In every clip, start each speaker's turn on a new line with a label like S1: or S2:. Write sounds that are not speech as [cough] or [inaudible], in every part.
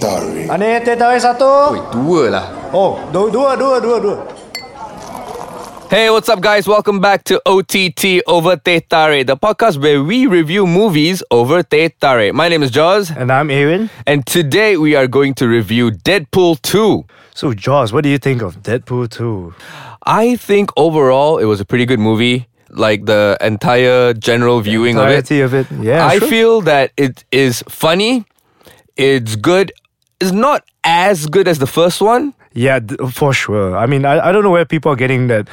S1: Manis teh tarik satu.
S2: Oi, dua lah.
S1: Oh, dua, dua, dua, dua, dua.
S3: Hey, what's up, guys? Welcome back to OTT Over Te Tare, the podcast where we review movies over Te Tare. My name is Jaws,
S1: And I'm Aaron.
S3: and today we are going to review Deadpool 2.
S1: So, Jaws, what do you think of Deadpool 2?
S3: I think overall it was a pretty good movie. Like the entire general viewing of it.
S1: Variety of it. Yeah,
S3: I
S1: sure.
S3: feel that it is funny. It's good. It's not as good as the first one.
S1: Yeah, d- for sure. I mean, I, I don't know where people are getting that.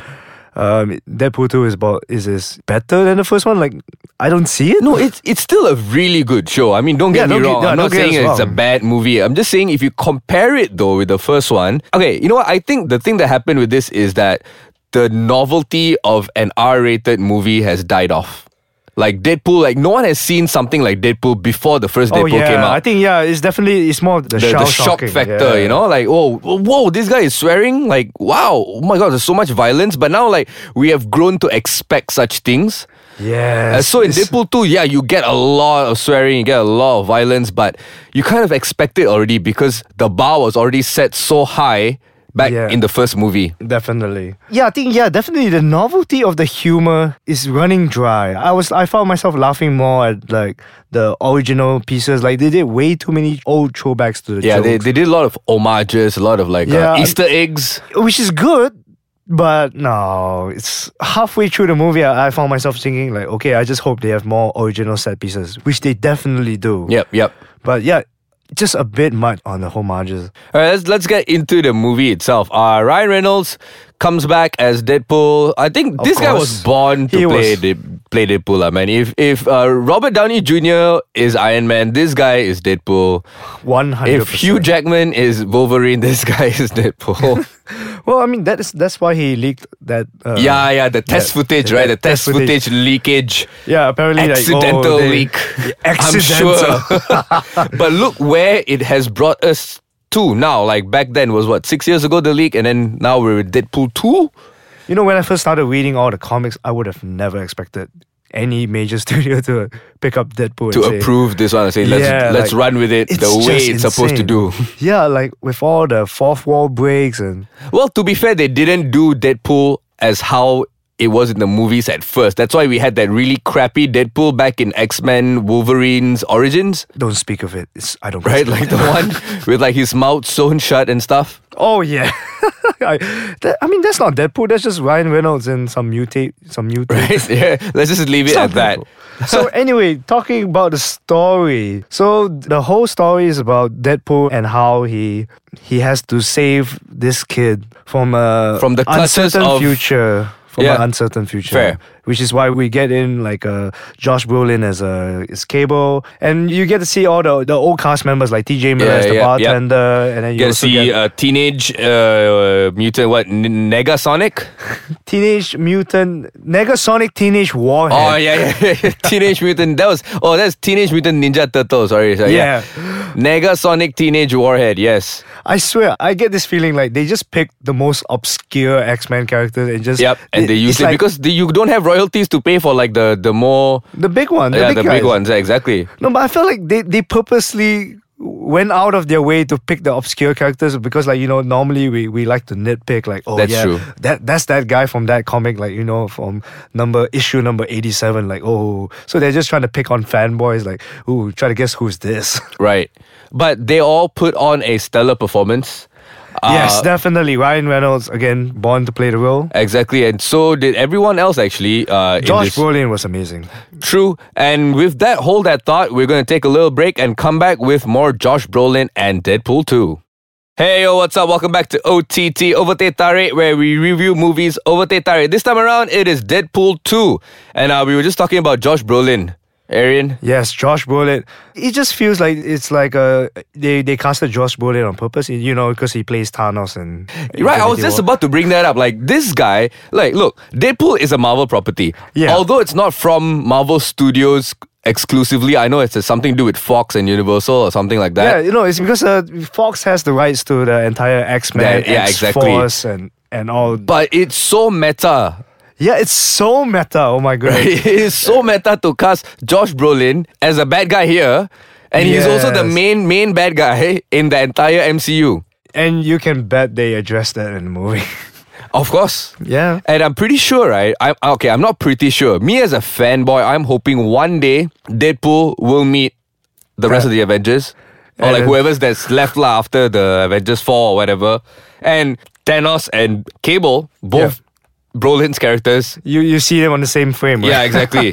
S1: Um, Deadpool 2 is about is is better than the first one. Like, I don't see it.
S3: No, it's it's still a really good show. I mean, don't get
S1: Yeah, don't
S3: me
S1: get-
S3: wrong.
S1: yeah,
S3: I'm
S1: don't
S3: not
S1: get
S3: saying
S1: us
S3: it's a
S1: wrong.
S3: bad movie. I'm just saying if you compare it though with the first one. Okay, you know what? I think the thing that happened with this is that the novelty of an R-rated movie has died off. Like Deadpool, like no one has seen something like Deadpool before the first Deadpool
S1: oh yeah,
S3: came out
S1: I think yeah, it's definitely it's more the,
S3: the, the shock
S1: shocking,
S3: factor,
S1: yeah.
S3: you know, like oh whoa, this guy is swearing, like wow, oh my god, there's so much violence. But now like we have grown to expect such things.
S1: Yeah.
S3: Uh, so in Deadpool 2, yeah, you get a lot of swearing, you get a lot of violence, but you kind of expect it already because the bar was already set so high back
S1: Yeah.
S3: in the first movie.
S1: Definitely. Yeah, I think yeah, definitely the novelty of the humor is running dry. I was I found myself laughing more at like the original pieces. Like they did way too many old throwbacks to the
S3: Yeah, they,
S1: jokes,
S3: they did a lot of homages, a lot of like uh,
S1: Yeah.
S3: Easter eggs.
S1: which is good. But no, it's halfway through the movie. I, I found myself thinking like, okay, I just hope they have more original set pieces, which they definitely do.
S3: Yep, yep.
S1: But yeah, just a bit much on the homages.
S3: All right, let's, let's get into the movie itself. Uh, Ryan Reynolds comes back as Deadpool. I think this guy was
S1: course.
S3: born to
S1: He
S3: play
S1: was.
S3: De- play Deadpool, lah, man. If if uh, Robert Downey Jr. is Iron Man, this guy is Deadpool.
S1: One hundred.
S3: If Hugh Jackman is Wolverine, this [laughs] guy is
S1: [laughs]
S3: Deadpool.
S1: well, I mean that is that's why he leaked that. Uh,
S3: [laughs] yeah, yeah, the test
S1: Yeah,
S3: footage,
S1: yeah,
S3: right? The
S1: test
S3: test footage, leakage.
S1: Yeah, apparently
S3: Accidental
S1: like, oh, they-
S3: leak. [laughs]
S1: accidental.
S3: I'm sure. [laughs] but look where it has brought us to now. Like back then was what, six years ago the leak, and then now we're with Deadpool 2?
S1: [laughs] You know, when I first started reading all the comics, I would have never expected any major [laughs] studio to pick up Deadpool
S3: To
S1: and say-
S3: approve this one and say, let's
S1: Yeah,
S3: let's
S1: like,
S3: run with it the way
S1: just
S3: it's supposed to do. [laughs]
S1: insane. [laughs] Yeah, like with all the fourth wall breaks and
S3: Well, to be fair, they didn't do Deadpool as how it was in the movies at first. That's why we had that really crappy Deadpool back in X Men Wolverine's Origins,
S1: don't speak of it. It's I don't
S3: right?
S1: speak
S3: Like
S1: of
S3: the
S1: it.
S3: [laughs] one with like his mouth sewn shut and stuff.
S1: [laughs]
S3: [laughs]
S1: Oh yeah. [laughs] I, that- I mean that's not Deadpool. That's just Ryan Reynolds and some mutate some mutate.
S3: Right? yeah. Let's just leave it
S1: Some
S3: at that. [laughs]
S1: people. so anyway, talking about the story. So the whole story is about Deadpool and how he he has to save this kid from a
S3: From the clutches
S1: uncertain
S3: of-
S1: future. From
S3: Yeah.
S1: an uncertain future.
S3: Fair.
S1: Which is why we get in like uh, Josh Brolin as a as Cable, and you get to see all the, the old cast members like T.J. Miller
S3: Yeah,
S1: as the
S3: yeah, yeah.
S1: bartender, and then you
S3: You gotta
S1: also
S3: see
S1: get
S3: uh, teenage uh, mutant, what, N- Negasonic?
S1: Teenage Mutant Negasonic Teenage Warhead.
S3: Oh, yeah, yeah, [laughs] yeah. Teenage Mutant. That was, oh, that's Teenage Mutant Ninja Turtle. Sorry, sorry. yeah. Negasonic Teenage Warhead, yes.
S1: I swear, I get this feeling like they just picked the most obscure X Men characters and just
S3: Yep, and they use
S1: it's
S3: it
S1: like
S3: because the, you don't have royalties to pay for like the the more
S1: the big one, the
S3: yeah
S1: big
S3: the big
S1: guys.
S3: ones yeah, exactly.
S1: No, but I felt like they they purposely went out of their way to pick the obscure characters because like you know normally we, we like to nitpick like oh
S3: That's
S1: yeah
S3: true.
S1: that that's that guy from that comic like you know from number issue number 87 like oh so they're just trying to pick on fanboys like ooh try to guess who's this [laughs]
S3: Right, but they all put on a stellar performance.
S1: yes
S3: Uh,
S1: definitely Ryan Reynolds again born to play the role
S3: exactly, and so did everyone else actually. Uh, in
S1: Josh
S3: this-
S1: Brolin was amazing
S3: True, and with that, hold that thought. We're gonna take a little break and come back with more Josh Brolin and Deadpool 2. Hey yo, what's up? Welcome back to OTT Over Te Tare, where we review movies over Te Tare. This time around, it is Deadpool 2, and uh, we were just talking about Josh Brolin. Arian,
S1: Yes, Josh Brolin. It just feels like it's like uh they they casted Josh Brolin on purpose, you know, because he plays Thanos and
S3: Right, I was just about to bring that up. Like this guy, like look, Deadpool is a Marvel property.
S1: Yeah.
S3: Although it's not from Marvel Studios exclusively, I know it's something to do with Fox and Universal or something like
S1: yeah,
S3: that.
S1: you know, it's because uh, Fox has the rights to the entire X Men,
S3: That- yeah,
S1: X
S3: exactly.
S1: Force, and and all.
S3: But it's so meta.
S1: Yeah, it's so
S3: [laughs]
S1: meta. Oh my god.
S3: It is so meta to cast Josh Brolin as a bad guy here. and he's also the
S1: Yes.
S3: main main bad guy in the entire MCU.
S1: And you can bet they addressed that in the movie. [laughs]
S3: Of course.
S1: yeah.
S3: And I'm pretty sure, right? I'm okay. I'm not pretty sure. Me as a fanboy, I'm hoping one day Deadpool will meet the rest of the Avengers, or like
S1: And-
S3: whoever's that's left lah after the Avengers four or whatever, and Thanos and Cable, both Brolin's characters.
S1: You you see them on the same frame, right? [laughs]
S3: Yeah, exactly.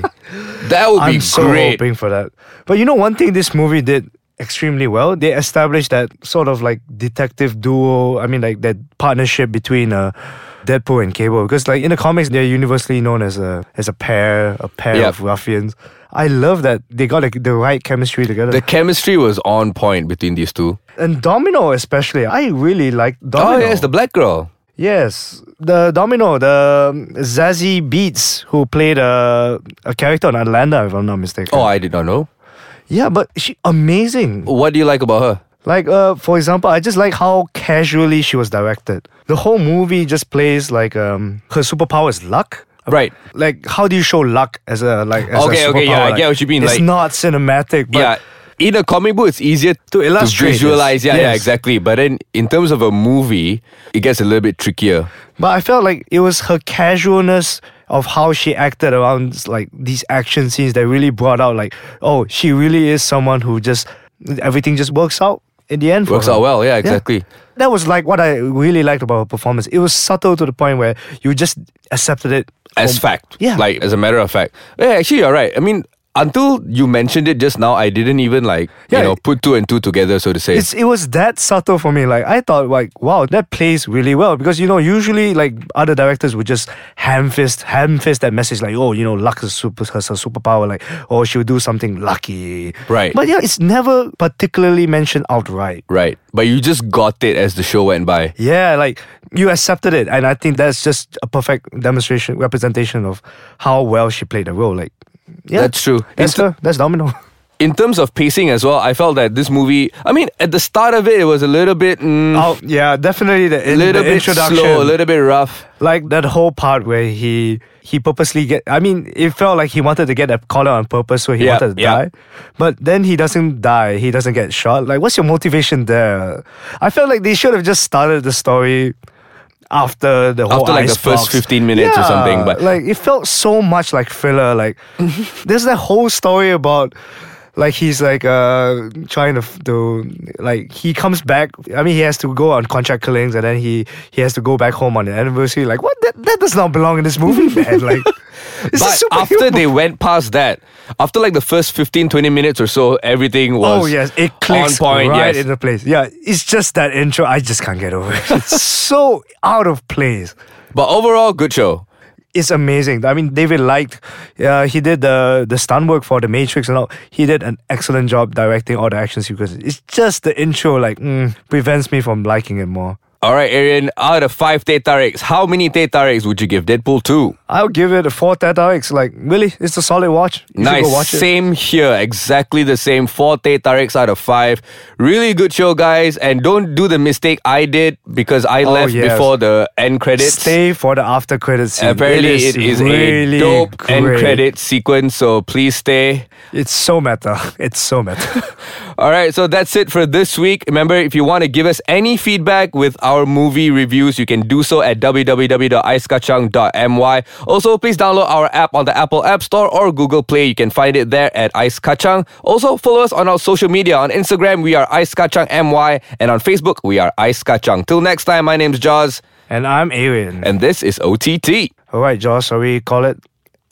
S3: that would
S1: I'm
S3: be
S1: so
S3: great.
S1: hoping for that. But you know, one thing this movie did extremely well, they established that sort of like detective duo, I mean, like that partnership between uh, Deadpool and Cable. Because, like, in the comics, they're universally known as a as a pair, a pair
S3: Yeah.
S1: of ruffians. I love that they got like, the right chemistry together.
S3: The chemistry was on point between these two.
S1: and Domino, especially. I really like Domino.
S3: Oh yes, the black girl.
S1: Yes, the Domino, the um, Zazie Beats, who played a, a character on Atlanta, if I'm not mistaken.
S3: Oh, I did not know.
S1: yeah, but she amazing.
S3: What do you like about her?
S1: Like, uh, for example, I just like how casually she was directed. The whole movie just plays like um, her superpower is luck.
S3: Right.
S1: Like, how do you show luck as a like? As
S3: Okay,
S1: a
S3: okay, yeah,
S1: superpower?
S3: I
S1: Like,
S3: get what you mean,
S1: It's
S3: like-
S1: not cinematic, but
S3: yeah. In a comic book, it's easier to
S1: illustrate, yes.
S3: visualize. Yeah, yeah,
S1: Yes.
S3: exactly. But then in terms of a movie, it gets a little bit trickier.
S1: But I felt like it was her casualness of how she acted around like these action scenes that really brought out like, oh, she really is someone who just everything just works out in the end. For
S3: Works
S1: her.
S3: out well. Yeah, exactly.
S1: That was like what I really liked about her performance. It was subtle to the point where you just accepted it
S3: As
S1: for-
S3: fact.
S1: Oh, Yeah.
S3: Like as a matter of fact. Yeah, actually, you're right. I mean, until you mentioned it just now, I didn't even like
S1: Yeah,
S3: you know
S1: it-
S3: put two and two together, so to say.
S1: It's it was that subtle for me. Like I thought, like wow, that plays really well because you know usually like other directors would just ham fist ham fist that message like oh you know luck is super her superpower like oh she'll do something lucky
S3: Right.
S1: But yeah, it's never particularly mentioned outright.
S3: right. But you just got it as the show went by.
S1: Yeah, like you accepted it, and I think that's just a perfect demonstration representation of how well she played the role. Like yeah,
S3: That's true.
S1: That's
S3: Insta-
S1: her. That's
S3: [laughs]
S1: Domino.
S3: In terms of pacing as well, I felt that this movie. I mean, at the start of it, it was a little bit, mm,
S1: Oh yeah, definitely the, in,
S3: little
S1: the
S3: bit
S1: introduction.
S3: slow, a little bit rough.
S1: Like that whole part where he he purposely get I mean, it felt like he wanted to get that collar on purpose so he
S3: Yeah,
S1: wanted to
S3: yeah.
S1: die. But then he doesn't die, he doesn't get shot. Like what's your motivation there? I felt like they should have just started the story after the whole
S3: After, like, the
S1: ice
S3: first
S1: box.
S3: 15 minutes or
S1: Yeah,
S3: something, but-
S1: like it felt so much like filler.
S3: [laughs]
S1: Like there's that whole story about like he's like uh trying to, f- to like he comes back i mean he has to go on contract killings and then he he has to go back home on the anniversary like what that, that does not belong in this
S3: [laughs]
S1: movie man like it's
S3: But after they went past that, after like the first 15, 20 minutes or so, everything was
S1: oh yes it clicks
S3: on point.
S1: right
S3: yes.
S1: in the place yeah it's just that intro i just can't get over it it's so out of place
S3: but overall, good show.
S1: it's amazing. I mean, David liked. Uh, he did the the stunt work for The Matrix and all. He did an excellent job directing all the action sequences. It's just the intro like mm, prevents me from liking it more.
S3: All right, Arian, out of five Tetarex, how many Tetarex would you give Deadpool 2?
S1: I'll give it a four X. Like really, it's a solid watch. You should
S3: nice.
S1: go watch it.
S3: Same here. Exactly the same. Four Tetarex out of five. Really good show, guys. And don't do the mistake I did because I left
S1: Oh, yes.
S3: before the end credits.
S1: Stay for the after credits scene.
S3: Apparently, it is,
S1: really
S3: a dope end
S1: great.
S3: credit sequence, so please stay.
S1: It's so meta. [laughs] It's so meta.
S3: All right, so that's it for this week. Remember, if you want to give us any feedback with our movie reviews, you can do so at www.icekachang.my. Also, please download our app on the Apple App Store or Google Play. You can find it there at Ice Kachang. Also, follow us on our social media. On Instagram, we are Ice Kachang MY, and on Facebook, we are Ice Kachang. Till next time, my name's Jaws,
S1: and I'm Arian.
S3: and this is OTT.
S1: All right, Josh. Shall we call it?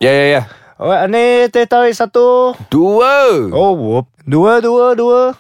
S3: Yeah, yeah, yeah.
S1: All right, ane teh tarik satu.
S3: Duo!
S1: Oh, whoop. Dua, dua, dua.